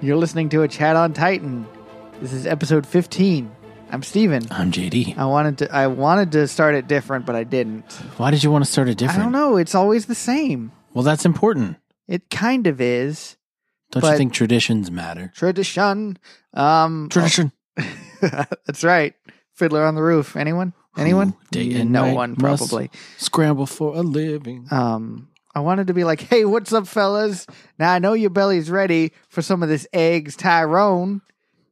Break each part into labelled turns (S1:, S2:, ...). S1: You're listening to a chat on Titan. This is episode 15. I'm Steven.
S2: I'm JD.
S1: I wanted to I wanted to start it different, but I didn't.
S2: Why did you want to start it
S1: I
S2: different?
S1: don't know. It's always the same.
S2: Well, that's important.
S1: It kind of is
S2: Don't
S1: But-
S2: you think traditions matter? Oh,
S1: tradition. Um,
S2: Tradition.
S1: that's right. Fiddler on the Roof. Anyone? Anyone?
S2: Ooh, day and
S1: no
S2: night
S1: one
S2: must
S1: probably.
S2: Scramble for a living.
S1: Um, I wanted to be like, hey, what's up, fellas? Now I know your belly's ready for some of this eggs Tyrone.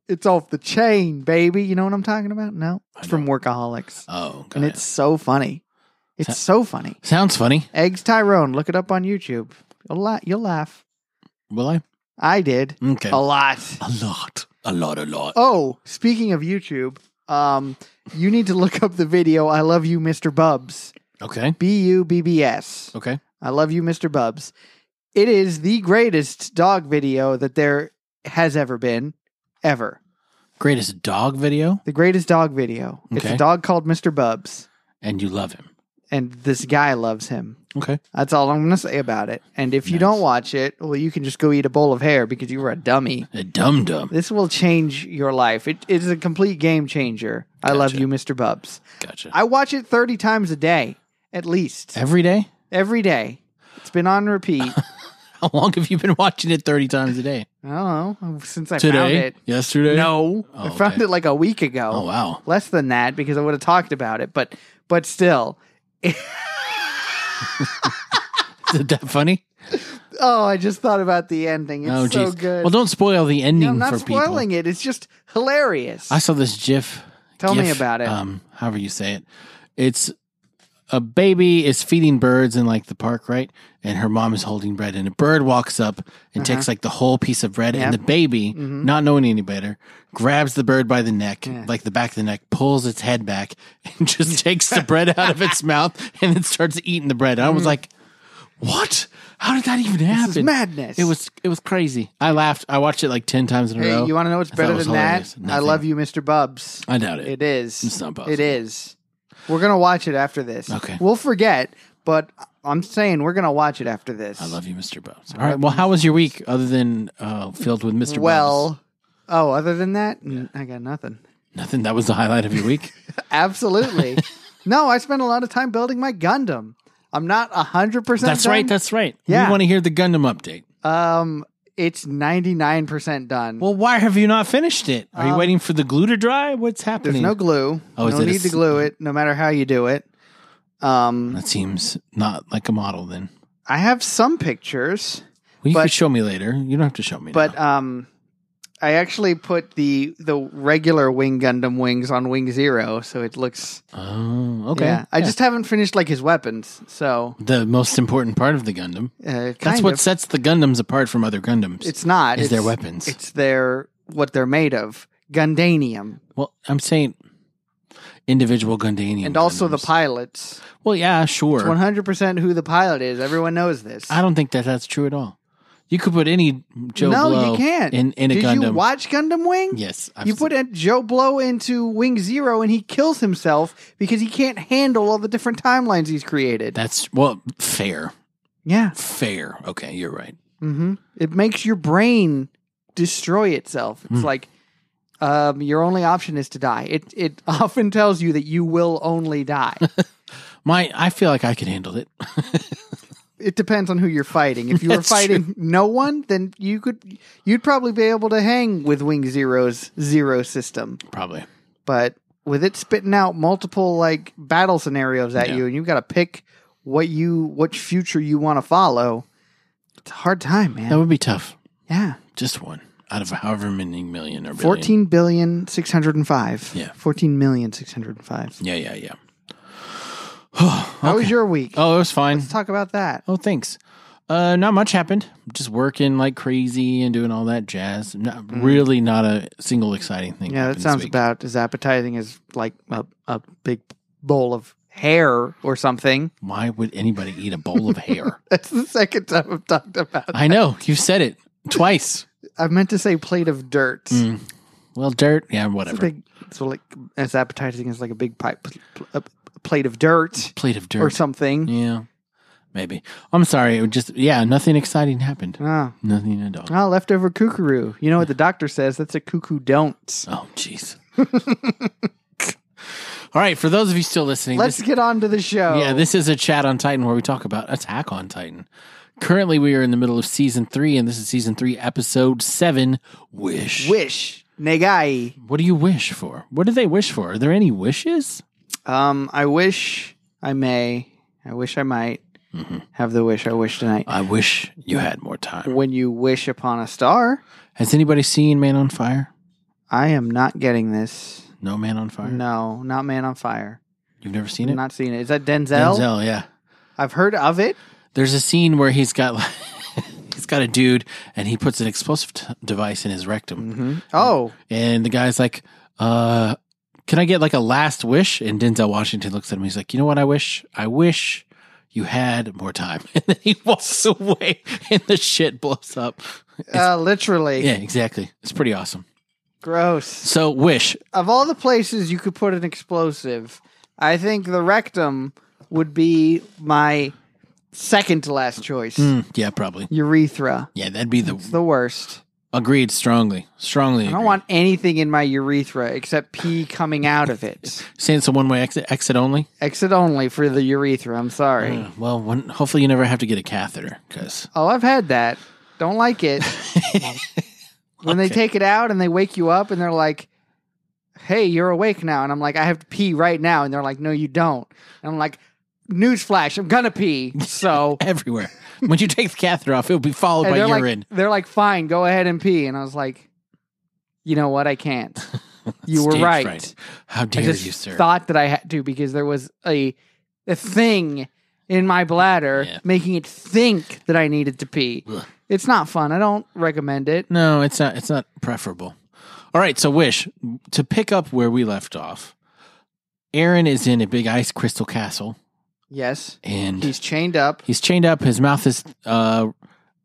S1: It's off the chain, baby. You know what I'm talking about? No, it's from Workaholics,
S2: Oh, got
S1: and it's so funny. It's so funny.
S2: it. Sounds funny.
S1: Eggs Tyrone. Look it up on YouTube. A lot. You'll laugh.
S2: Will I?
S1: I did
S2: Okay.
S1: a lot.
S2: A lot. A lot, a lot.
S1: Oh, speaking of YouTube, um, you need to look up the video. I love you, Mr. Bubbs.
S2: Okay.
S1: B U B B S.
S2: Okay.
S1: I love you, Mr. Bubbs. It is the greatest dog video that there has ever been, ever.
S2: Greatest dog video,
S1: The greatest dog video. It's a
S2: Okay.
S1: dog called Mr. Bubbs,
S2: and you love him.
S1: and this guy loves him.
S2: Okay.
S1: That's all I'm going to say about it. And if you
S2: Nice.
S1: don't watch it, well, you can just go eat a bowl of hair because you were a dummy.
S2: A dum dum.
S1: This will change your life. It is a complete game changer. I love
S2: Gotcha.
S1: you, Mr. Bubbs.
S2: Gotcha.
S1: I watch it 30 times a day, at least
S2: Every day?
S1: every day. It's been on repeat.
S2: How long have you been watching it 30 times a day?
S1: I don't know since I found
S2: Today?
S1: it.
S2: Yesterday?
S1: No,
S2: Oh,
S1: I found
S2: okay.
S1: it like a week ago.
S2: Oh, wow.
S1: Less than that because I would have talked about it, but but still.
S2: Is that funny?
S1: Oh, I just thought about the ending. It's
S2: oh,
S1: so
S2: geez.
S1: good.
S2: Well, don't spoil the ending
S1: I'm not
S2: for people.
S1: spoiling it. It's just hilarious.
S2: I saw this GIF.
S1: Tell me
S2: GIF,
S1: about it.
S2: Um, however you say it, it's a baby is feeding birds in like the park, right? And her mom is holding bread, and a bird walks up and takes
S1: Uh-huh.
S2: like the whole piece of bread,
S1: Yeah.
S2: and the baby, not knowing any better, grabs the bird by the neck,
S1: Mm-hmm. Yeah.
S2: like the back of the neck, pulls its head back, and just takes the bread out of its mouth, and then starts eating the bread. And I was like, "What? How did that even happen?
S1: Mm-hmm. this is madness.
S2: It was it was crazy. I laughed. I watched it like ten times in a
S1: Hey,
S2: row.
S1: you want to know what's
S2: I thought
S1: better
S2: it was
S1: than that?
S2: hilarious.
S1: I
S2: Nothing.
S1: love you, Mr. Bubbs.
S2: I doubt it.
S1: It is.
S2: It's not possible.
S1: It is. We're gonna watch it after this.
S2: Okay.
S1: We'll forget, but I'm saying we're gonna watch it after this.
S2: I love you, Mr. Bones. All right. Well, how was your week other than uh, filled with Mr. Bones?
S1: Well, oh, other than that, n- I got nothing.
S2: nothing. That was the highlight of your week.
S1: Absolutely. no, I spent a lot of time building my Gundam. I'm not hundred percent.
S2: That's right. That's right.
S1: Yeah.
S2: We want to hear the Gundam update.
S1: um, it's ninety nine percent done.
S2: Well, why have you not finished it? Are you
S1: Um,
S2: waiting for the glue to dry? What's
S1: There's
S2: happening?
S1: no glue.
S2: Oh, is
S1: no
S2: it a
S1: need to
S2: s-
S1: glue it, no matter how you do it. Um,
S2: that seems not like a model. Then
S1: I have some pictures,
S2: well, you
S1: But-
S2: could show me later. You don't have to show me.
S1: but
S2: now.
S1: um, I actually put the the regular Wing Gundam wings on Wing Zero, so it looks.
S2: oh, okay.
S1: Yeah, I
S2: Yeah.
S1: just haven't finished like his weapons, so
S2: the most important part of the Gundam.
S1: uh, kind
S2: That's
S1: of.
S2: what sets the Gundams apart from other Gundams.
S1: It's not.
S2: is
S1: it's,
S2: their weapons.
S1: It's their what they're made of. Gundanium.
S2: well, I'm saying individual Gundanian
S1: And also the
S2: Gundams.
S1: pilots.
S2: well, yeah, sure.
S1: It's 100% who the pilot is. Everyone knows this.
S2: I don't think that that's true at all. You could put any Joe
S1: no,
S2: Blow
S1: you can't.
S2: in in a
S1: Did
S2: Gundam.
S1: you watch Gundam Wing?
S2: yes, I've
S1: You
S2: seen-
S1: put in Joe Blow into Wing Zero and he kills himself because he can't handle all the different timelines he's created.
S2: that's well fair,
S1: yeah.
S2: fair. Okay, you're right.
S1: hmm It makes your brain destroy itself.
S2: Hmm.
S1: It's like um, your only option is to die. It, it often tells you that you will only die.
S2: My, I feel like I could handle it.
S1: it depends on who you're fighting. If you were
S2: That's true.
S1: fighting no one, then you could you'd probably be able to hang with Wing Zero's zero system.
S2: Probably.
S1: But with it spitting out multiple like battle scenarios at
S2: Yeah.
S1: you and you've got to pick what you what future you want to follow, it's a hard time, man.
S2: That would be tough.
S1: yeah.
S2: Just one out of however many million or billion.
S1: Fourteen billion six hundred and five.
S2: Yeah.
S1: Fourteen million six hundred and five.
S2: Yeah, yeah, yeah.
S1: How was your week?
S2: Oh, it was fine.
S1: Let's talk about that.
S2: Oh, thanks. Uh, not much happened. Just working like crazy and doing all that jazz. Not really, not a single exciting thing.
S1: Mm-hmm. Yeah,
S2: happened
S1: that
S2: this
S1: sounds
S2: week.
S1: about as appetizing as like a, a big bowl of hair or something.
S2: Why would anybody eat a bowl of hair?
S1: That's the second time I've talked about.
S2: I know you said it twice.
S1: I meant to say plate of dirt.
S2: Well, dirt.
S1: It's
S2: Yeah,
S1: a
S2: Mm, whatever.
S1: big, so like as appetizing as like a big pipe, pl- pl- a plate of dirt
S2: plate of dirt
S1: or something.
S2: Yeah. Maybe. I'm sorry. It was just yeah, nothing exciting happened.
S1: Oh.
S2: Nothing at all.
S1: oh, leftover cuckoo. You know what the doctor says? That's a cuckoo don't.
S2: Oh, jeez. All right, for those of you still listening,
S1: Let's
S2: this,
S1: get on to the show.
S2: yeah, this is a chat on Titan where we talk about Attack on Titan. Currently, we are in the middle of season three, and this is season three, episode seven. Wish.
S1: wish negai.
S2: What do you wish for? What do they wish for? Are there any wishes?
S1: Um, I wish I may. I wish I might
S2: Mm-hmm.
S1: have the wish I wish tonight.
S2: I wish you had more time.
S1: when you wish upon a star,
S2: Has anybody seen Man on Fire?
S1: I am not getting this.
S2: No Man on Fire.
S1: No, not Man on Fire.
S2: You've never seen it.
S1: Not seeing it. Is that Denzel?
S2: Denzel, yeah.
S1: I've heard of it.
S2: There's a scene where he's got like, he's got a dude, and he puts an explosive t- device in his rectum.
S1: Mm-hmm. Oh,
S2: And the guy's like, uh, can I get like a last wish? And Denzel Washington looks at him. He's like, you know what I wish? I wish you had more time. And then he walks away and the shit blows up.
S1: uh, literally.
S2: Yeah, exactly. It's pretty awesome.
S1: Gross.
S2: So, wish.
S1: Of all the places you could put an explosive, I think the rectum would be my second to last choice.
S2: Mm, yeah, probably.
S1: Urethra.
S2: Yeah, that'd be
S1: It's
S2: the
S1: the worst.
S2: agreed strongly. Strongly.
S1: I don't want anything in my urethra except pee coming out of it.
S2: Saying it's a one way exit, exit only.
S1: Exit only for the urethra. I'm sorry.
S2: Uh, well, when, hopefully you never have to get a catheter because
S1: Oh, I've had that. Don't like it. when they
S2: Okay.
S1: take it out and they wake you up and they're like, "Hey, you're awake now," and I'm like, "I have to pee right now," and they're like, "No, you don't," and I'm like, "Newsflash, I'm gonna pee." So
S2: everywhere. when you take the catheter off, it'll be followed
S1: and
S2: by
S1: they're
S2: urine.
S1: like, "They're like, fine, go ahead and pee," and I was like, "You know what? I can't. You were
S2: Stage
S1: right.
S2: fright. How
S1: I
S2: dare
S1: just
S2: you, sir?
S1: thought that I had to because there was a a thing." In my bladder,
S2: Yeah.
S1: making it think that I needed to pee.
S2: Ugh.
S1: It's not fun. I don't recommend it.
S2: No, it's not. It's not preferable. All right. So, wish to pick up where we left off. Aaron is in a big ice crystal castle,
S1: Yes.
S2: and
S1: He's
S2: he's,
S1: chained up.
S2: chained up. His mouth is uh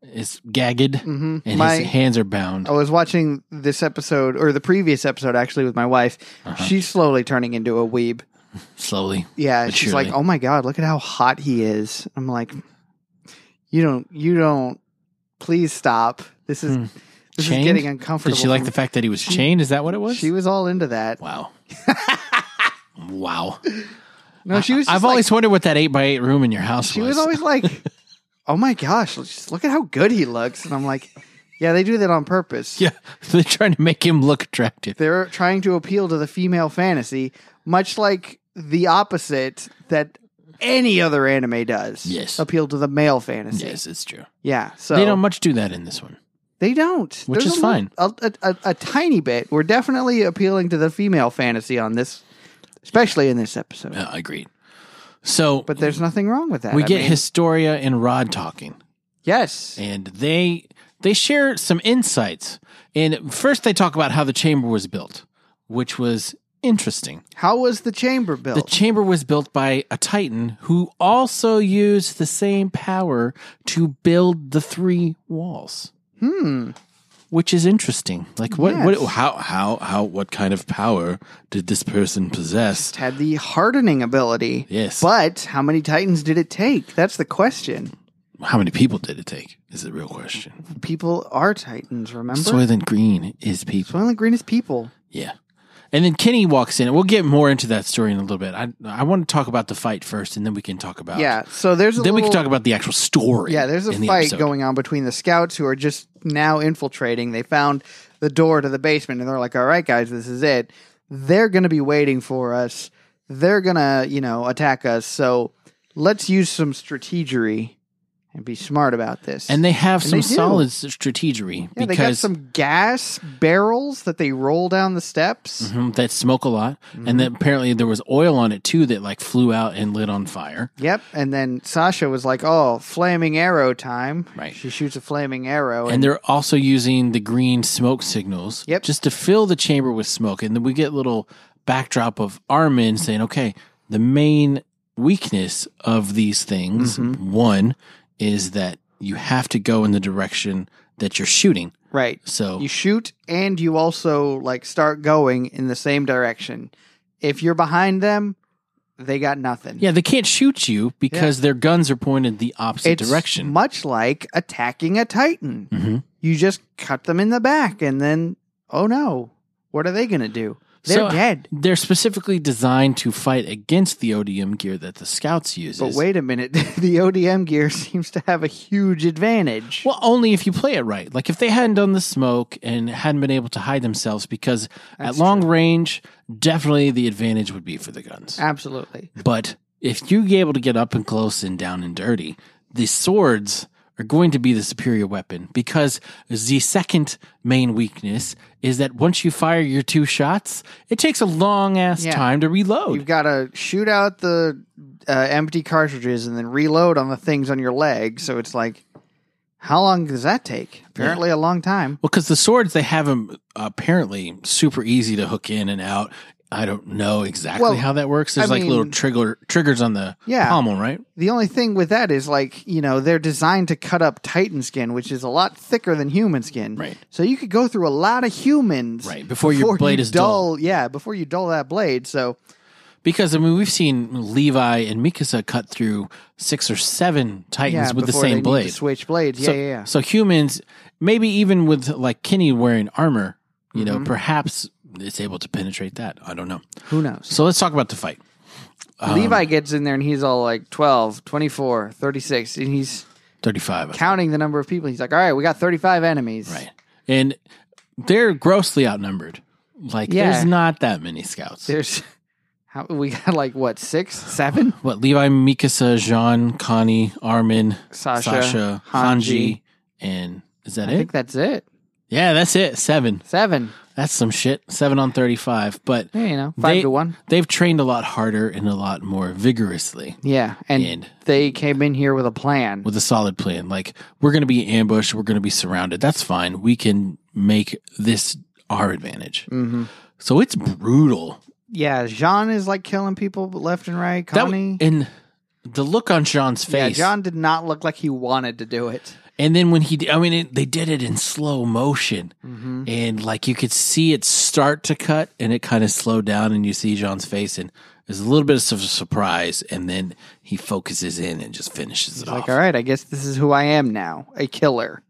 S2: is gagged,
S1: hmm
S2: and
S1: My, Oh,
S2: his hands are bound.
S1: I was watching this episode or the previous episode actually with my wife.
S2: Uh-huh.
S1: She's slowly turning into a weeb.
S2: Slowly,
S1: Yeah,
S2: But
S1: she's
S2: surely.
S1: like, "Oh my god, look at how hot he is." I'm like, "You don't, you don't. Please stop. This is
S2: Hmm.
S1: this is
S2: Chained?
S1: getting uncomfortable."
S2: did she like
S1: for
S2: the fact that he was chained? Is that what it
S1: me."
S2: was?
S1: She was all into that.
S2: wow, wow.
S1: No, she was.
S2: I've
S1: just like-
S2: always wondered what that eight by eight room in your house
S1: She was always like, "Oh my gosh, just look at how good he looks," and I'm like, "Yeah, they do that on purpose."
S2: yeah, they're trying to make him look attractive.
S1: they're trying to appeal to the female fantasy, much like the opposite that any other anime does.
S2: Yes.
S1: appeal to the male fantasy.
S2: Yes, it's true.
S1: Yeah, so
S2: they don't much do that in this one.
S1: They don't.
S2: Which
S1: There's
S2: is
S1: a
S2: fine.
S1: little- A, a, a tiny bit. We're definitely appealing to the female fantasy on this, especially in this episode.
S2: Uh, agreed. So,
S1: But there's nothing wrong with that.
S2: we
S1: I
S2: get
S1: mean,
S2: Historia and Rod talking,
S1: yes.
S2: and they they share some insights. And first, they talk about how the chamber was built, which was interesting.
S1: How was the chamber
S2: The
S1: built?
S2: chamber was built by a titan who also used the same power to build the three walls,
S1: hmm.
S2: which is interesting. Like, what,
S1: Yes.
S2: what, how, how, how, what kind of power did this person possess?
S1: It had the hardening ability.
S2: Yes.
S1: But how many titans did it take? That's the question.
S2: how many people did it take? Is the real question.
S1: People are titans. Remember.
S2: Soylent Green is people.
S1: Soylent Green is people.
S2: Yeah. And then Kenny walks in. We'll get more into that story in a little bit. I I want to talk about the fight first, and then we can talk about
S1: Yeah. So there's a
S2: Then we
S1: little-
S2: can talk about the actual story.
S1: Yeah, there's a
S2: in the
S1: fight
S2: episode.
S1: going on between the scouts who are just now infiltrating. They found the door to the basement and they're like, "All right, guys, this is it. They're going to be waiting for us. They're going to, you know, attack us. So let's use some strategery and be smart about this."
S2: and they have
S1: And
S2: some
S1: they do.
S2: solid strategery
S1: yeah, they got
S2: because
S1: some gas barrels that they roll down the steps.
S2: Mhm, that smoke a lot, and
S1: Mm-hmm.
S2: then apparently there was oil on it too that like flew out and lit on fire.
S1: Yep, and then Sasha was like, "Oh, flaming arrow time!"
S2: Right.
S1: She shoots a flaming arrow,
S2: And they're also using the green smoke signals
S1: Yep.
S2: just to fill the chamber with smoke. And then we get a little backdrop of Armin saying, okay, the main weakness of these things,
S1: Mm-hmm.
S2: one, is that you have to go in the direction that you're shooting.
S1: right.
S2: So,
S1: you shoot and you also like start going in the same direction if you're behind them they got nothing.
S2: Yeah, they can't shoot you because their guns are pointed the opposite
S1: it's
S2: direction.
S1: much like attacking a titan.
S2: Mhm.
S1: You just cut them in the back, and then oh no, what are they going to do? They're
S2: So-
S1: dead.
S2: They're specifically designed to fight against the ODM gear that the scouts use.
S1: But wait a minute, the ODM gear seems to have a huge advantage.
S2: Well, only if you play it right. Like if they hadn't done the smoke and hadn't been able to hide themselves, because
S1: That's
S2: at long range, definitely the advantage would be for the guns.
S1: Absolutely.
S2: But if you be able to get up and close and down and dirty, the swords are going to be the superior weapon because the second main weakness is that once you fire your two shots, it takes a long ass
S1: Yeah.
S2: time to reload.
S1: You've got to shoot out the uh, empty cartridges and then reload on the things on your leg. So it's like, how long does that take? Apparently, a long time.
S2: Well, because the swords, they have them apparently super easy to hook in and out. I don't know exactly
S1: Well,
S2: how that works. There's
S1: I
S2: like little
S1: mean-
S2: trigger triggers on the
S1: Yeah.
S2: pommel, right?
S1: The only thing with that is like, you know, they're designed to cut up titan skin, which is a lot thicker than human skin.
S2: Right.
S1: So you could go through a lot of humans.
S2: Right, before your blade is dull.
S1: Yeah, before you dull that blade. So
S2: Because I mean, we've seen Levi and Mikasa cut through six or seven titans
S1: yeah,
S2: with the
S1: before they
S2: same
S1: need to
S2: blade.
S1: switch blades.
S2: so,
S1: yeah, yeah, yeah.
S2: so humans, maybe even with like Kenny wearing armor, you
S1: Mm-hmm.
S2: know, perhaps it's able to penetrate that. I don't know.
S1: Who knows?
S2: So let's talk about the fight. Um,
S1: Levi gets in there and he's all like 12, 24, 36, and he's
S2: Thirty-five. I think.
S1: counting the number of people. He's like, all right, we got 35 enemies.
S2: Right. And they're grossly outnumbered. Like
S1: Yeah.
S2: there's not that many scouts.
S1: There's, how, we got like what, six, seven?
S2: what Levi, Mikasa, Jean, Connie, Armin,
S1: Sasha,
S2: Sasha,
S1: Hanji.
S2: Hanji, and is that
S1: I
S2: it?
S1: think that's it.
S2: yeah, that's it. Seven.
S1: Seven.
S2: That's some shit. Seven on thirty-five. But
S1: Yeah, you know, five
S2: They-
S1: to one.
S2: they've trained a lot harder and a lot more vigorously
S1: Yeah. And,
S2: And-
S1: they came in here with a plan.
S2: with a solid plan. Like we're gonna be ambushed, we're gonna be surrounded. That's fine. We can make this our advantage.
S1: mm-hmm.
S2: So it's brutal.
S1: Yeah. Jean is like killing people left and right.
S2: That
S1: Connie.
S2: and the look on Sean's
S1: yeah,
S2: face.
S1: John did not look like he wanted to do it.
S2: And then when he, d- I mean, it, they did it in slow motion,
S1: Mm-hmm.
S2: and like you could see it start to cut, and it kind of slowed down, and you see John's face, and there's a little bit of su- surprise, and then he focuses in and just finishes it
S1: He's
S2: off.
S1: like, all right, I guess this is who I am now a killer.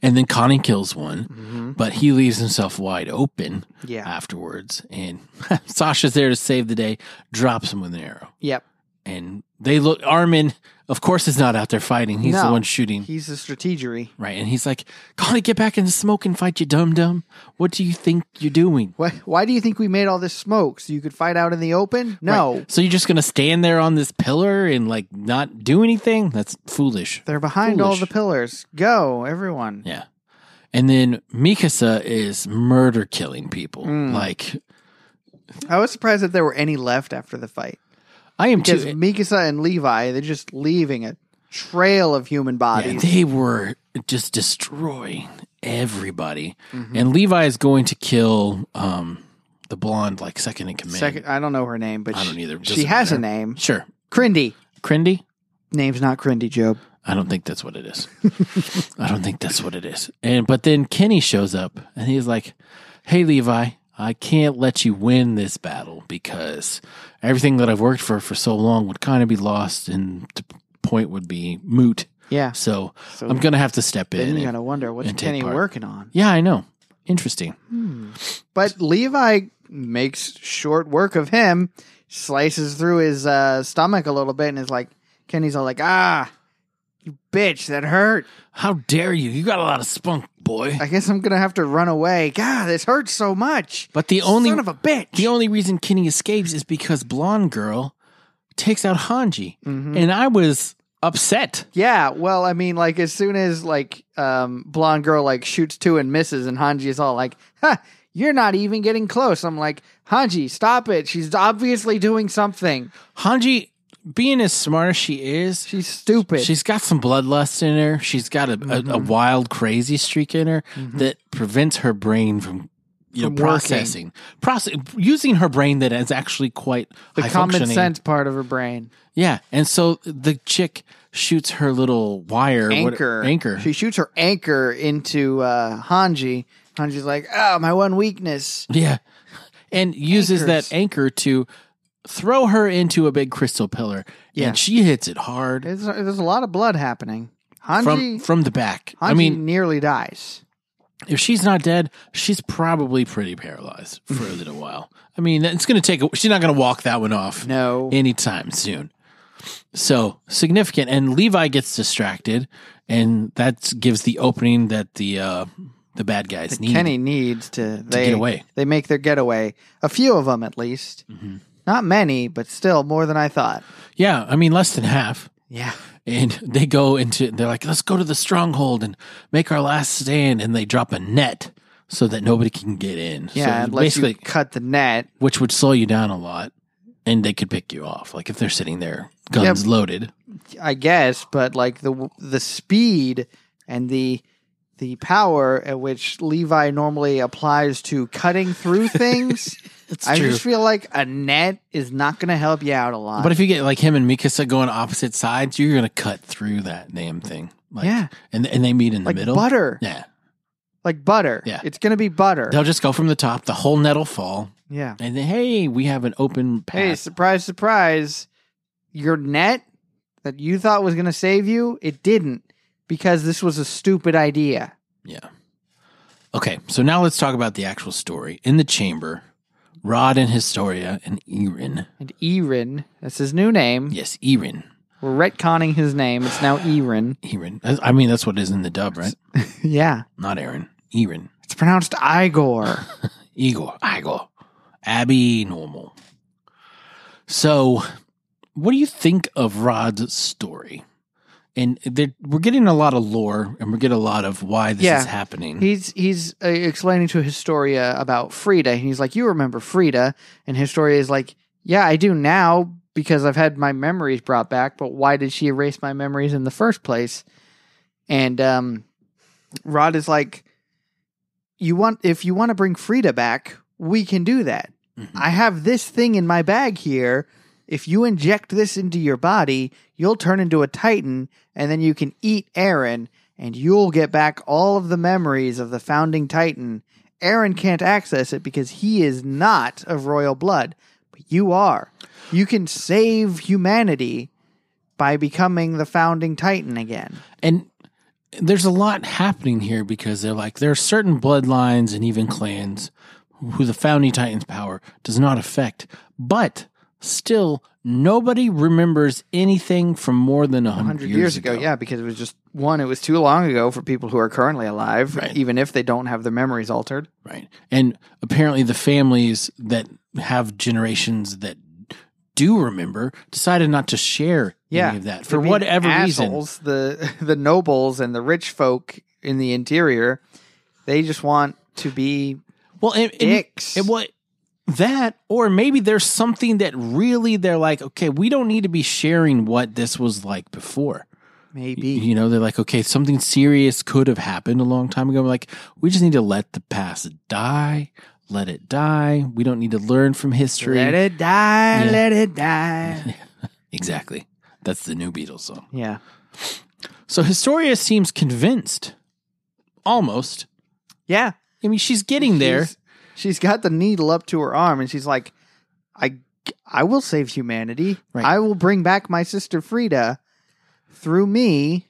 S2: And then Connie kills one,
S1: Mm-hmm.
S2: but he leaves himself wide open
S1: Yeah.
S2: afterwards, and Sasha's there to save the day, drops him with an arrow,
S1: Yep.
S2: and they look. Armin, of course, is not out there fighting; he's the
S1: No.
S2: one shooting.
S1: He's a strategery.
S2: Right. And he's like, Connie, get back in the smoke and fight, you dum dum. What do you think you're doing?
S1: Why, why do you think we made all this smoke so you could fight out in the open? No.
S2: Right. So you're just going to stand there on this pillar and like not do anything? That's foolish.
S1: They're behind all
S2: Foolish.
S1: the pillars. Go, everyone.
S2: Yeah. And then Mikasa is murder killing people.
S1: Mm.
S2: Like,
S1: I was surprised that there were any left after the fight.
S2: I am
S1: Because
S2: too.
S1: Mikasa and Levi, they're just leaving a trail of human
S2: Yeah,
S1: bodies.
S2: they were just destroying everybody.
S1: Mm-hmm.
S2: And Levi is going to kill um, the blonde, like second in command.
S1: Second, I don't know her name, but
S2: I don't
S1: she,
S2: either.
S1: she
S2: Doesn't
S1: has a
S2: matter.
S1: name.
S2: Sure.
S1: Crindy.
S2: Crindy?
S1: Name's not Crindy, Job.
S2: I don't think that's what it is. I don't think that's what it is. And but then Kenny shows up and he's like, "Hey Levi, I can't let you win this battle because everything that I've worked for for so long would kind of be lost and the point would be moot.
S1: Yeah.
S2: So,
S1: So
S2: I'm going to have to step in."
S1: then
S2: and-
S1: you gotta wonder what's
S2: and take
S1: Kenny
S2: part.
S1: working on.
S2: yeah, I know. Interesting.
S1: But Levi makes short work of him, slices through his uh, stomach a little bit, and is like, Kenny's all like, ah, you bitch, that hurt.
S2: How dare you? You got a lot of spunk, boy.
S1: I guess I'm gonna have to run away. God, this hurts so much.
S2: But the only
S1: Son of a bitch.
S2: The only reason Kenny escapes is because Blonde Girl takes out Hanji.
S1: Mm-hmm.
S2: And I was upset.
S1: yeah, well, I mean, like as soon as like um blonde girl like shoots two and misses, and Hanji is all like, "Huh, you're not even getting close." I'm like, Hanji, stop it. She's obviously doing something.
S2: Hanji, being as smart as she is,
S1: She's stupid.
S2: she's got some bloodlust in her. She's got a, a,
S1: Mm-hmm.
S2: a wild, crazy streak in her that prevents her brain from, you know,
S1: From working.
S2: processing, process, using her brain that is actually quite
S1: the
S2: high
S1: common
S2: functioning.
S1: sense part of her brain.
S2: Yeah, and so the chick shoots her little wire what-
S1: anchor.
S2: anchor.
S1: She shoots her anchor into uh, Hanji. Hanji's like, oh, my one weakness.
S2: yeah, and uses
S1: Anchors.
S2: that anchor to throw her into a big crystal pillar.
S1: Yeah.
S2: And she hits it hard
S1: There's, there's a lot of blood happening. Hanji,
S2: from from the back.
S1: Hanji
S2: I mean,
S1: nearly dies.
S2: if she's not dead, she's probably pretty paralyzed for a little while. I mean, it's going to take. A, she's not going to walk that one off
S1: No.
S2: anytime soon. So significant, and Levi gets distracted, and that gives the opening that the uh, the bad guys need.
S1: Kenny needs to, they,
S2: mm. get away. Mm-hmm.
S1: They make their getaway. A few of them, at least. Not many, but still more than I thought.
S2: Yeah, I mean less than half,
S1: Yeah.
S2: and they go into. They're like, let's go to the stronghold and make our last stand, and they drop a net so that nobody can get in.
S1: Yeah,
S2: so
S1: unless
S2: basically,
S1: you cut the net.
S2: which would slow you down a lot, and they could pick you off. Like if they're sitting there, guns loaded.
S1: I guess, but like the the speed and the the power at which Levi normally applies to cutting through things,
S2: It's
S1: I just feel like a net is not going to help you out a lot.
S2: But if you get like him and Mikasa going opposite sides, you're gonna cut through that damn thing. Like,
S1: Yeah.
S2: and and they meet in the
S1: like
S2: middle.
S1: butter,
S2: Yeah,
S1: like butter,
S2: Yeah.
S1: it's going to be butter.
S2: they'll just go from the top. The whole net'll fall,
S1: yeah.
S2: and then hey, we have an open
S1: Hey,
S2: path.
S1: surprise, surprise! Your net that you thought was going to save you, it didn't because this was a stupid idea.
S2: Yeah. Okay, so now let's talk about the actual story in the chamber. Rod and Historia and Erin.
S1: And Erin, that's his new name.
S2: Yes, Erin.
S1: We're retconning his name. It's now Erin.
S2: Erin. I I mean, that's what it is in the dub, right?
S1: yeah.
S2: Not Aaron. Erin.
S1: It's pronounced Igor.
S2: Igor, Igor, Abby Normal. So, what do you think of Rod's story? And there, we're getting a lot of lore, and we're getting a lot of why this
S1: Yeah.
S2: is happening.
S1: he's he's uh, explaining to Historia about Frida, and he's like, "You remember Frida?" And Historia is like, "Yeah, I do now because I've had my memories brought back. But why did she erase my memories in the first place?" And um, Rod is like, "You want if you want to bring Frida back, we can do that.
S2: Mhm.
S1: I have this thing in my bag here." If you inject this into your body, you'll turn into a titan, and then you can eat Aaron, and you'll get back all of the memories of the founding titan. Aaron can't access it because he is not of royal blood, but you are. You can save humanity by becoming the founding titan again.
S2: and there's a lot happening here because they're like there are certain bloodlines and even clans who the founding titans power does not affect but still nobody remembers anything from more than 100,
S1: 100 years, ago, yeah, because it was just one, it was too long ago for people who are currently alive,
S2: Right.
S1: even if they don't have their memories altered.
S2: Right. And apparently, the families that have generations that do remember decided not to share
S1: Yeah.
S2: any of that for
S1: They're being
S2: whatever reason.
S1: assholes, The, the nobles and the rich folk in the interior, they just want to be
S2: Well, and, and,
S1: dicks.
S2: and what that, or maybe there's something that really they're like, okay, we don't need to be sharing what this was like before.
S1: Maybe.
S2: You know, they're like, okay, something serious could have happened a long time ago. We're like, we just need to let the past die, let it die. We don't need to learn from history.
S1: Let it die,
S2: Yeah.
S1: let it die.
S2: Exactly. That's the new Beatles song.
S1: yeah.
S2: So Historia seems convinced, almost.
S1: Yeah.
S2: I mean, she's getting there.
S1: She's- she's got the needle up to her arm and she's like, I I will save humanity.
S2: Right.
S1: I will bring back my sister Frida through me,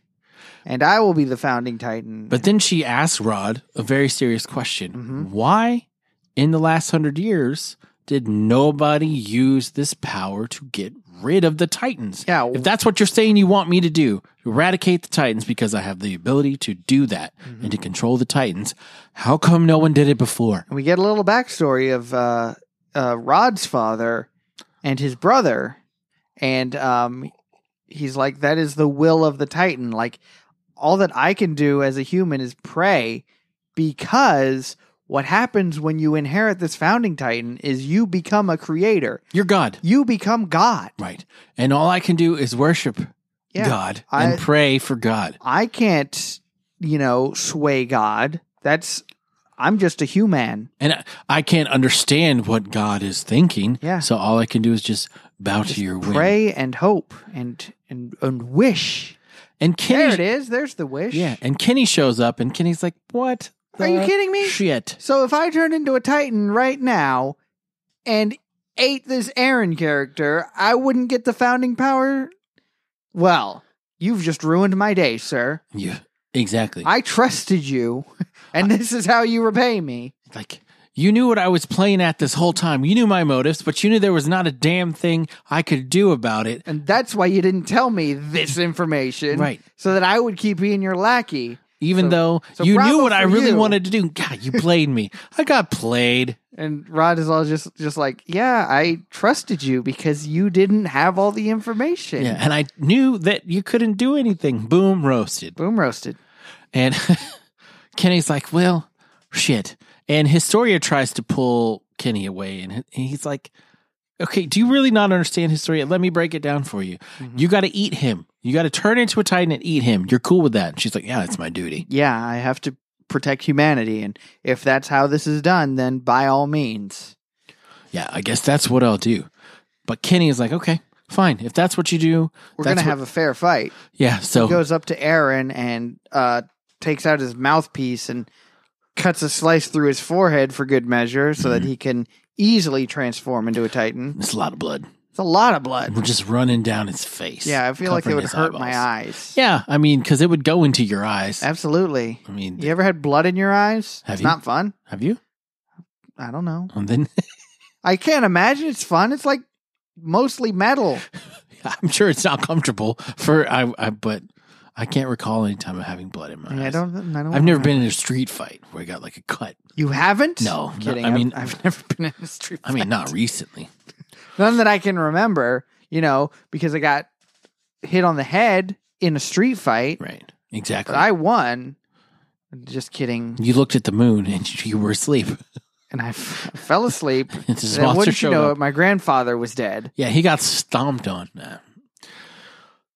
S1: and I will be the founding titan.
S2: But then she asks Rod a very serious question
S1: Mhm.
S2: Why, in the last hundred years, did nobody use this power to get rid of the Titans?
S1: yeah,
S2: If that's what you're saying you want me to do, eradicate the Titans because I have the ability to do that
S1: Mm-hmm.
S2: and to control the Titans, how come no one did it before?
S1: we get a little backstory of uh, uh, Rod's father and his brother, and um, he's like, "That is the will of the Titan. Like, all that I can do as a human is pray, because what happens when you inherit this founding Titan is you become a creator.
S2: You're God.
S1: You become God.
S2: Right. And all I can do is worship
S1: Yeah,
S2: God
S1: I-
S2: and pray for God.
S1: I can't, you know, sway God. That's I'm just a human.
S2: And I, I can't understand what God is thinking.
S1: Yeah.
S2: So all I can do is just bow to your will.
S1: Pray and hope and and and wish."
S2: And
S1: There it
S2: Kenny,
S1: is. There's the wish.
S2: yeah. And Kenny shows up, and Kenny's like, "What?
S1: Are you
S2: the
S1: kidding me?
S2: Shit!
S1: So if I turned into a titan right now and ate this Aaron character, I wouldn't get the founding power. Well, you've just ruined my day, sir.
S2: Yeah, exactly.
S1: I trusted you, and this is how you repay me.
S2: like you knew what I was playing at this whole time. You knew my motives, but you knew there was not a damn thing I could do about it.
S1: And that's why you didn't tell me this information.
S2: Right.
S1: So that I would keep being your lackey.
S2: Even
S1: So-
S2: though
S1: so
S2: you
S1: bravo
S2: knew what I
S1: for
S2: really
S1: you.
S2: wanted to do. God, you played me. I got played.
S1: And Rod is all just just like, yeah, I trusted you because you didn't have all the information.
S2: Yeah, and I knew that you couldn't do anything. Boom, roasted.
S1: Boom roasted.
S2: And Kenny's like, "Well, shit." And Historia tries to pull Kenny away and he- he's like, "Okay, do you really not understand Historia? Let me break it down for you.
S1: Mm-hmm.
S2: You got to eat him. You got to turn into a titan and eat him. You're cool with that?" And she's like, "Yeah, it's my duty."
S1: Yeah, I have to protect humanity, and if that's how this is done, then by all means.
S2: Yeah, I guess that's what I'll do. But Kenny is like, "Okay, fine. If that's what you do,
S1: We're
S2: that's
S1: gonna
S2: what-
S1: have a fair fight.
S2: Yeah, so
S1: He goes up to Aaron and uh, takes out his mouthpiece and cuts a slice through his forehead for good measure, so
S2: Mm-hmm.
S1: that he can easily transform into a titan.
S2: it's a lot of blood.
S1: It's a lot of blood.
S2: We're just running down his face.
S1: Yeah, I feel like it
S2: covering
S1: would
S2: his
S1: hurt
S2: eyeballs.
S1: my eyes.
S2: Yeah, I mean, because it would go into your eyes.
S1: absolutely.
S2: I mean,
S1: You ever had blood in your eyes?
S2: Have
S1: it's
S2: you?
S1: not fun.
S2: have you?
S1: I don't know.
S2: And then
S1: I can't imagine it's fun. It's like mostly metal.
S2: I'm sure it's not comfortable for I, I but I can't recall any time of having blood in my
S1: I
S2: eyes.
S1: don't. I don't
S2: I've never been in a street fight where I got like a cut.
S1: You haven't?
S2: No,
S1: I'm
S2: no,
S1: kidding.
S2: I
S1: I
S2: mean-
S1: mean, I've, I've never been in a street.
S2: I mean, not recently.
S1: none that I can remember. You know, because I got hit on the head in a street fight.
S2: Right. Exactly.
S1: But I won. Just kidding.
S2: you looked at the moon and you were asleep.
S1: And I f- fell asleep.
S2: It's a
S1: and
S2: monster
S1: wouldn't you
S2: showed
S1: know
S2: up.
S1: it? My grandfather was dead.
S2: Yeah, he got stomped on. Nah.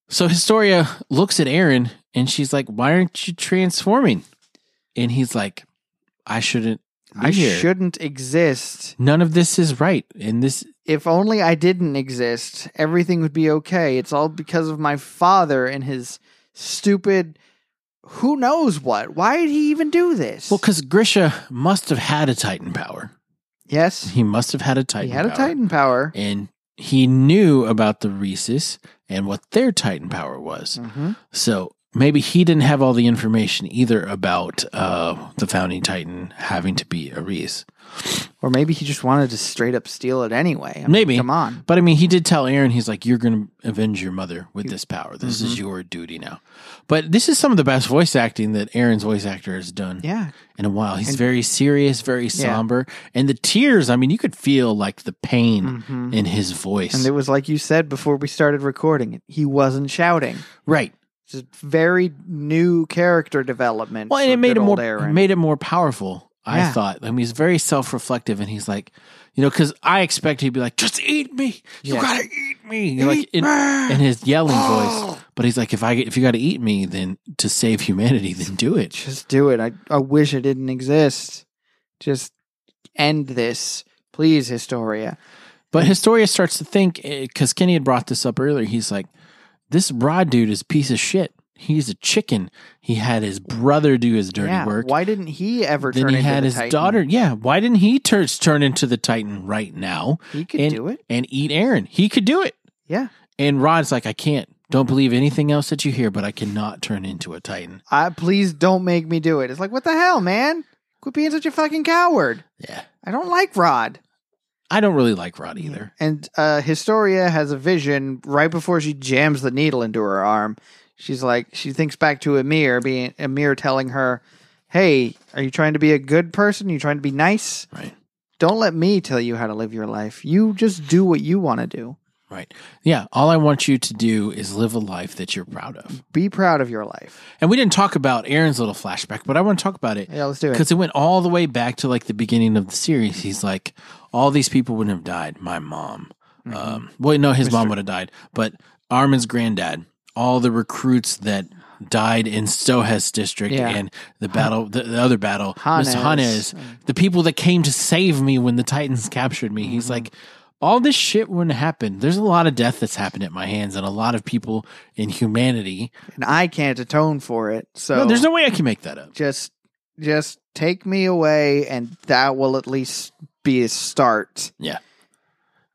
S2: So Historia looks at Aaron and she's like, "Why aren't you transforming?" And he's like, "I shouldn't. Be
S1: I
S2: here.
S1: shouldn't exist.
S2: None of this is right." And this,
S1: If only I didn't exist, everything would be okay. It's all because of my father and his stupid. Who knows what? Why did he even do this?
S2: well, because Grisha must have had a Titan power.
S1: yes,
S2: He must have had a Titan.
S1: he had a
S2: power.
S1: Titan power.
S2: and he knew about the Rhesus and what their Titan power was.
S1: hmm
S2: So maybe he didn't have all the information either about uh, the founding Titan having to be a Rhesus.
S1: Or maybe he just wanted to straight up steal it anyway. I mean,
S2: Maybe.
S1: Come on.
S2: But I mean, he did tell Aaron, he's like, "You're going to avenge your mother with this power. This is
S1: Mm-hmm.
S2: your duty now." But this is some of the best voice acting that Aaron's voice actor has done
S1: Yeah.
S2: in a while. He's very serious, very
S1: Yeah.
S2: somber, and the tears. I mean, you could feel like the pain
S1: Mhm.
S2: in his voice.
S1: And it was like you said before we started recording, he wasn't shouting.
S2: right.
S1: It's a very new character development.
S2: Well, and
S1: for
S2: it made
S1: good
S2: it
S1: old
S2: more it
S1: Aaron.
S2: made it more powerful. I
S1: Yeah.
S2: thought. I mean, he's very self reflective, and he's like, you know, because I expect he'd be like, "Just eat me. You
S1: Yeah.
S2: gotta eat me." like in, in his yelling
S1: Oh.
S2: voice. But he's like, if I if you gotta eat me, then to save humanity, then do it.
S1: just do it. I, I wish it didn't exist. Just end this. Please, Historia.
S2: But Historia starts to think because Kenny had brought this up earlier. He's like, this broad dude is a piece of shit. He's a chicken. He had his brother do his dirty
S1: yeah.
S2: work.
S1: Why didn't he ever
S2: then
S1: turn
S2: he
S1: into
S2: had
S1: the
S2: his
S1: Titan?
S2: daughter. Yeah, why didn't he turn turn into the Titan right now?
S1: He could
S2: and,
S1: do it.
S2: and eat Aaron. He could do it.
S1: Yeah.
S2: And Rod's like, I can't. Don't believe anything else that you hear, but I cannot turn into a Titan.
S1: I, please don't make me do it. It's like, what the hell, man? Quit being such a fucking coward.
S2: Yeah.
S1: I don't like Rod.
S2: I don't really like Rod either.
S1: And uh, Historia has a vision right before she jams the needle into her arm. She's like, she thinks back to Emir, being Emir telling her, "Hey, are you trying to be a good person? Are you trying to be nice?
S2: Right.
S1: Don't let me tell you how to live your life. You just do what you want to do.
S2: Right. Yeah. All I want you to do is live a life that you're proud of.
S1: Be proud of your life.
S2: And we didn't talk about Aaron's little flashback, but I want to talk about it
S1: Yeah, let's do it.
S2: because it went all the way back to like the beginning of the series. He's like, all these people wouldn't have died. My mom.
S1: Mm-hmm.
S2: Um, well, no, his mom would have died, but Armin's granddad, all the recruits that died in Stohes district
S1: Yeah.
S2: and the battle, the, the other battle, Miss
S1: Hannes.
S2: Hannes,
S1: Mm.
S2: the people that came to save me when the Titans captured me.
S1: Mm-hmm.
S2: He's like, all this shit wouldn't happen. There's a lot of death that's happened at my hands and a lot of people in humanity.
S1: And I can't atone for it. So
S2: No, there's no way I can make that up.
S1: just, just take me away, and that will at least be a start.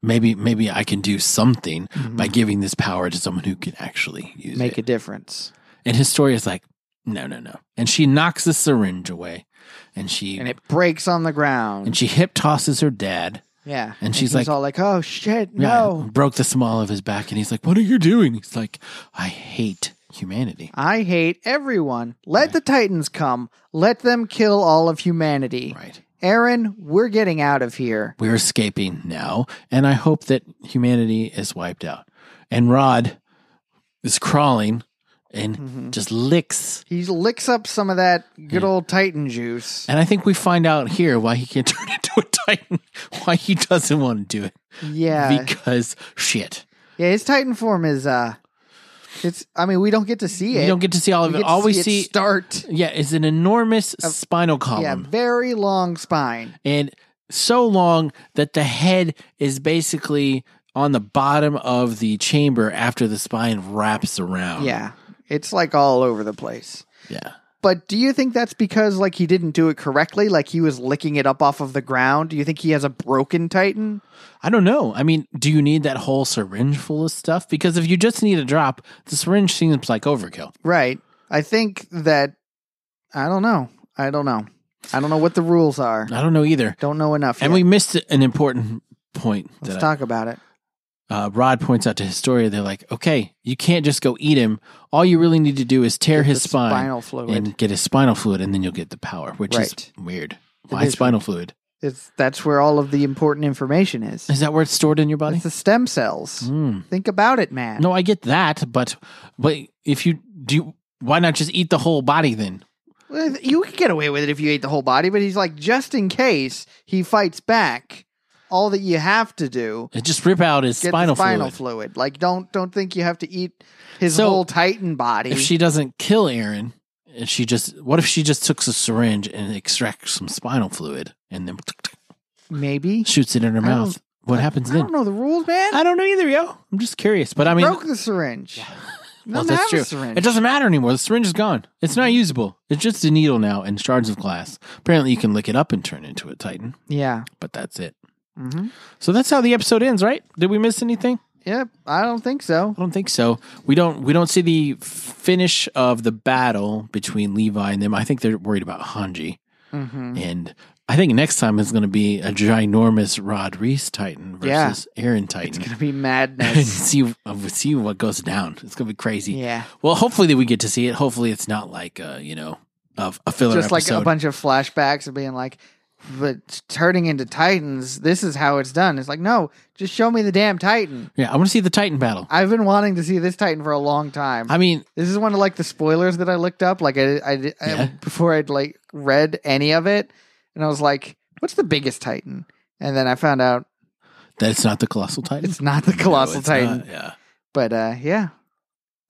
S2: maybe maybe I can do something
S1: Mhm.
S2: by giving this power to someone who can actually use
S1: Make
S2: it.
S1: a difference.
S2: And Historia's like, no, no, no. And she knocks the syringe away, and she
S1: And
S2: and,
S1: it breaks on the ground.
S2: she hip tosses her dad.
S1: yeah.
S2: and she's
S1: he's
S2: like-
S1: all like, oh shit,
S2: Yeah,
S1: no.
S2: broke the small of his back, and he's like, "What are you doing?" He's like, "I hate humanity."
S1: I hate everyone. Let the Titans come. Let them kill all of humanity.
S2: Right.
S1: Aaron, we're getting out of here.
S2: We're escaping now, and I hope that humanity is wiped out. And Rod is crawling and
S1: Mm-hmm.
S2: just licks.
S1: He licks up some of that good old Titan juice.
S2: And I think we find out here why he can't turn into a titan, why he doesn't want to do it
S1: Yeah.
S2: because shit.
S1: yeah, his Titan form is uh it's I mean, we don't get to see it.
S2: We don't get to see all of
S1: We
S2: it.
S1: get to
S2: All we
S1: it
S2: see,
S1: start.
S2: yeah, is an enormous spinal
S1: Yeah,
S2: column,
S1: very long spine.
S2: and so long that the head is basically on the bottom of the chamber after the spine wraps around.
S1: Yeah. It's like all over the place.
S2: yeah.
S1: But do you think that's because like he didn't do it correctly? Like he was licking it up off of the ground? Do you think he has a broken Titan?
S2: I don't know. I mean, do you need that whole syringe full of stuff? Because if you just need a drop, the syringe seems like overkill.
S1: Right. I think that I don't know. I don't know. I don't know what the rules are.
S2: I don't know either.
S1: Don't know enough.
S2: And
S1: yet.
S2: we missed an important point
S1: let's
S2: that
S1: talk about it.
S2: uh, Rod points out to Historia. They're like, okay, you can't just go eat him. All you really need to do is tear
S1: Get
S2: his
S1: the
S2: spine
S1: spinal fluid.
S2: and get his spinal fluid, and then you'll get the power, which
S1: Right.
S2: is weird.
S1: It
S2: Why
S1: is
S2: spinal fluid?
S1: It's that's where all of the important information is.
S2: Is that where it's stored in your body?
S1: It's the stem cells.
S2: Hmm.
S1: Think about it, man.
S2: No, I get that, but but if you do, you- why not just eat the whole body then?
S1: Well, You could get away with it if you ate the whole body, but he's like, just in case he fights back, all that you have to do
S2: Just rip out his
S1: get
S2: spinal,
S1: the spinal
S2: fluid.
S1: fluid. Like, don't don't think you have to eat his
S2: So,
S1: whole Titan body.
S2: if she doesn't kill Aaron, and she just what if she just took a syringe and extracts some spinal fluid and then
S1: Maybe
S2: shoots it in her
S1: I
S2: mouth?
S1: don't-
S2: What happens
S1: I
S2: then?
S1: don't know the rules, man.
S2: I don't know either, yo. I'm just curious, but I mean,
S1: broke the syringe. You
S2: well,
S1: don't
S2: that's
S1: have a
S2: true.
S1: syringe.
S2: It doesn't matter anymore. The syringe is gone. It's not usable. It's just a needle now and shards of glass. Apparently, you can lick it up and turn into a titan,
S1: Yeah.
S2: but that's it.
S1: hmm
S2: So that's how the episode ends, right? Did we miss anything?
S1: Yep. I don't think so.
S2: I don't think so. We don't. We don't see the finish of the battle between Levi and them. I think they're worried about Hanji.
S1: hmm
S2: And I think next time is going to be a ginormous Rod Reese Titan
S1: Yeah.
S2: versus Aaron
S1: It's
S2: Titan.
S1: gonna be
S2: and
S1: madness.
S2: see, uh, see what goes down. It's going to be crazy.
S1: yeah.
S2: Well, hopefully that we get to see it. Hopefully it's not like, uh, you know, a, a filler
S1: just like
S2: episode.
S1: a bunch of flashbacks of being like, but turning into titans, this is how it's done. It's like, no, just show me the damn titan.
S2: yeah, I want to see the Titan battle.
S1: I've been wanting to see this titan for a long time.
S2: I mean,
S1: this is one of like the spoilers that I looked up, like I, I, I-
S2: Yeah.
S1: before I'd like read any of it, and I was like, what's the biggest titan? And then I found out
S2: that it's not the Colossal Titan.
S1: it's not the
S2: No,
S1: colossal
S2: it's
S1: titan.
S2: not. yeah.
S1: But uh, yeah,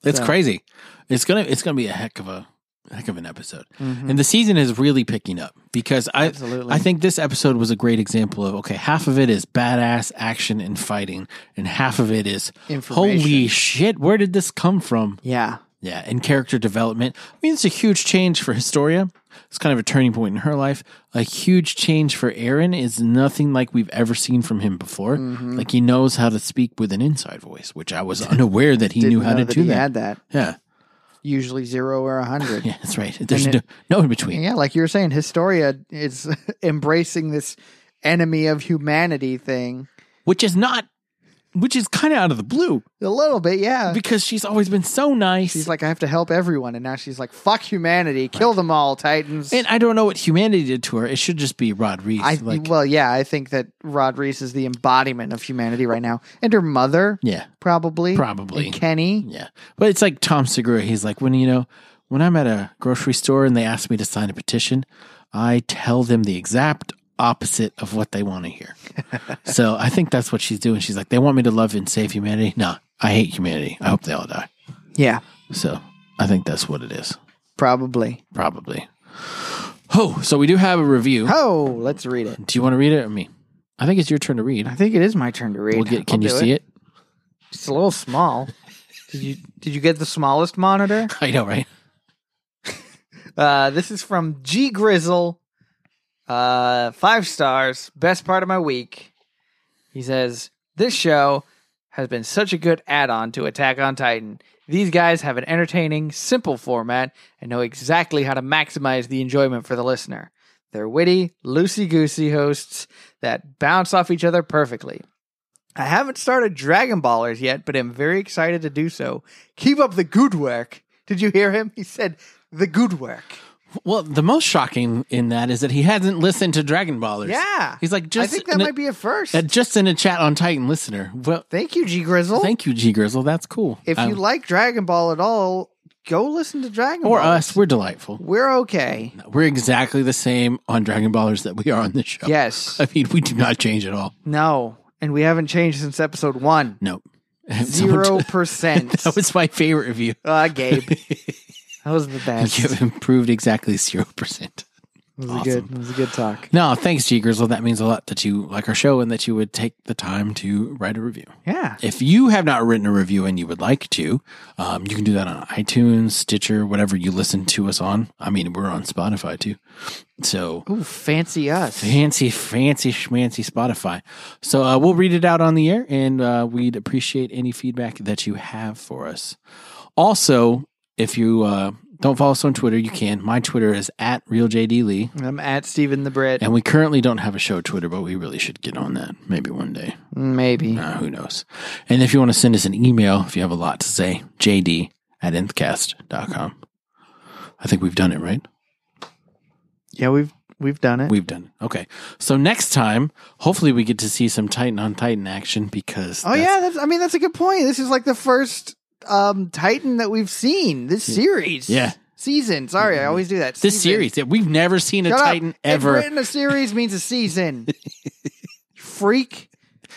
S2: It's
S1: So-
S2: crazy. It's going to it's going to be a heck of a heck of an episode.
S1: Mhm.
S2: And the season is really picking up because I
S1: absolutely.
S2: I think this episode was a great example of okay, half of it is badass action and fighting, and half of it is
S1: Information.
S2: holy shit, where did this come from?
S1: yeah,
S2: Yeah, and character development. I mean, it's a huge change for Historia. It's kind of a turning point in her life. A huge change for Aaron is nothing like we've ever seen from him before.
S1: Mm-hmm.
S2: Like he knows how to speak with an inside voice, which I was unaware that he
S1: Didn't
S2: knew how
S1: know
S2: to
S1: that
S2: do
S1: he
S2: that.
S1: Had that
S2: yeah,
S1: usually zero or a hundred.
S2: yeah, that's right. There's
S1: And
S2: no,
S1: it-
S2: no in between.
S1: Yeah, like you were saying, Historia is embracing this enemy of humanity thing
S2: which is not which is kind of out of the blue
S1: a little bit. Yeah,
S2: because she's always been so nice
S1: she's like, I have to help everyone, and now she's like, fuck humanity, kill them all, Titans.
S2: and i don't know what humanity did to her it should just be rod reese
S1: I
S2: like
S1: well, yeah, I think that Rod Reese is the embodiment of humanity right now, and her mother
S2: yeah
S1: probably,
S2: Probably.
S1: and Kenny.
S2: yeah but it's like tom segura he's like when you know when i'm at a grocery store and they ask me to sign a petition i tell them the exact opposite of what they want to hear so i think that's what she's doing she's like they want me to love and save humanity no i hate humanity i hope they all die
S1: Yeah,
S2: so i think that's what it is
S1: probably.
S2: probably oh so we do have a review
S1: Oh, let's read it.
S2: Do you want to read it or me? I think it's your turn to read.
S1: I think it is my turn to read.
S2: We'll get, can
S1: I'll
S2: you
S1: do
S2: see it?
S1: It's a little small. Did you did you get the smallest monitor?
S2: I know, right?
S1: Uh, this is from G Grizzle. Uh, five stars. Best part of my week. He says, This show has been such a good add on to Attack on Titan. These guys have an entertaining, simple format and know exactly how to maximize the enjoyment for the listener. They're witty, loosey goosey hosts that bounce off each other perfectly. I haven't started Dragon Ballers yet, but am very excited to do so. Keep up the good work. Did you hear him? He said, the good work.
S2: Well, the most shocking in that is that he hasn't listened to Dragon Ballers.
S1: Yeah.
S2: He's like,
S1: I
S2: just,
S1: think that
S2: in a,
S1: might be a first.
S2: uh, just in a chat on Titan listener. Well,
S1: Thank you, G Grizzle.
S2: thank you, G Grizzle. That's cool.
S1: if
S2: Um,
S1: you like Dragon Ball at all, go listen to Dragon
S2: or
S1: Ball.
S2: us, we're delightful.
S1: We're okay.
S2: We're exactly the same on Dragon Ballers that we are on this show.
S1: Yes.
S2: I mean, we do not change at all.
S1: No. And we haven't changed since episode one.
S2: No.
S1: Zero percent.
S2: That was my favorite review.
S1: Ah, Gabe. That was the best.
S2: You've improved exactly zero percent.
S1: It was
S2: Awesome.
S1: a good. It was a good talk.
S2: No, thanks, G Grizzle. That means a lot that you like our show and that you would take the time to write a review.
S1: Yeah.
S2: If you have not written a review and you would like to, um, you can do that on iTunes, Stitcher, whatever you listen to us on. I mean, we're on Spotify too. So
S1: Ooh, fancy us.
S2: fancy, fancy, schmancy Spotify. So uh, we'll read it out on the air and uh, we'd appreciate any feedback that you have for us. Also, if you uh, don't follow us on Twitter, you can. My Twitter is at RealJDLee.
S1: I'm at Stephen the Brit.
S2: And we currently don't have a show Twitter, but we really should get on that maybe one day.
S1: Maybe.
S2: Uh, who knows? And if you want to send us an email, if you have a lot to say, jd at nthcast.com. I think we've done it, right?
S3: Yeah, we've we've done it.
S2: We've done it. Okay. So next time, hopefully we get to see some Titan on Titan action because.
S3: oh
S2: that's-
S3: yeah, that's I mean that's a good point. This is like the first um Titan that we've seen this series.
S2: Yeah.
S3: Season. Sorry, I always do that.
S2: This
S3: Season.
S2: series, yeah, we've never seen a
S3: Shut up.
S2: Titan
S3: If
S2: ever.
S3: written a series means a season. Freak.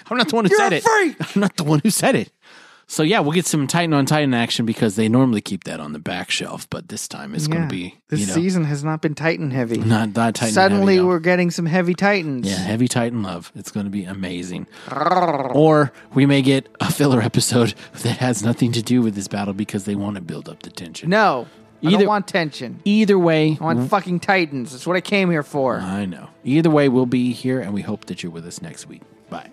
S2: I'm not the one who
S3: You're
S2: said
S3: a
S2: it.
S3: freak.
S2: I'm not the one who said it. So yeah, we'll get some Titan on Titan action because they normally keep that on the back shelf, but this time it's going
S3: Yeah.
S2: to be
S3: This
S2: you know
S3: season has not been Titan heavy.
S2: not that Titan. heavy,
S3: Suddenly
S2: no.
S3: we're getting some heavy Titans.
S2: Yeah, heavy Titan love. It's going to be amazing. Or we may get a filler episode that has nothing to do with this battle because they want to build up the tension.
S1: No. I
S2: Either- Mm-hmm.
S1: don't want tension.
S2: Either way,
S1: I want fucking
S2: Uh,
S1: Titans. That's what I came here for.
S2: I know. Either way, we'll be here and we hope that you're with us next week. Bye.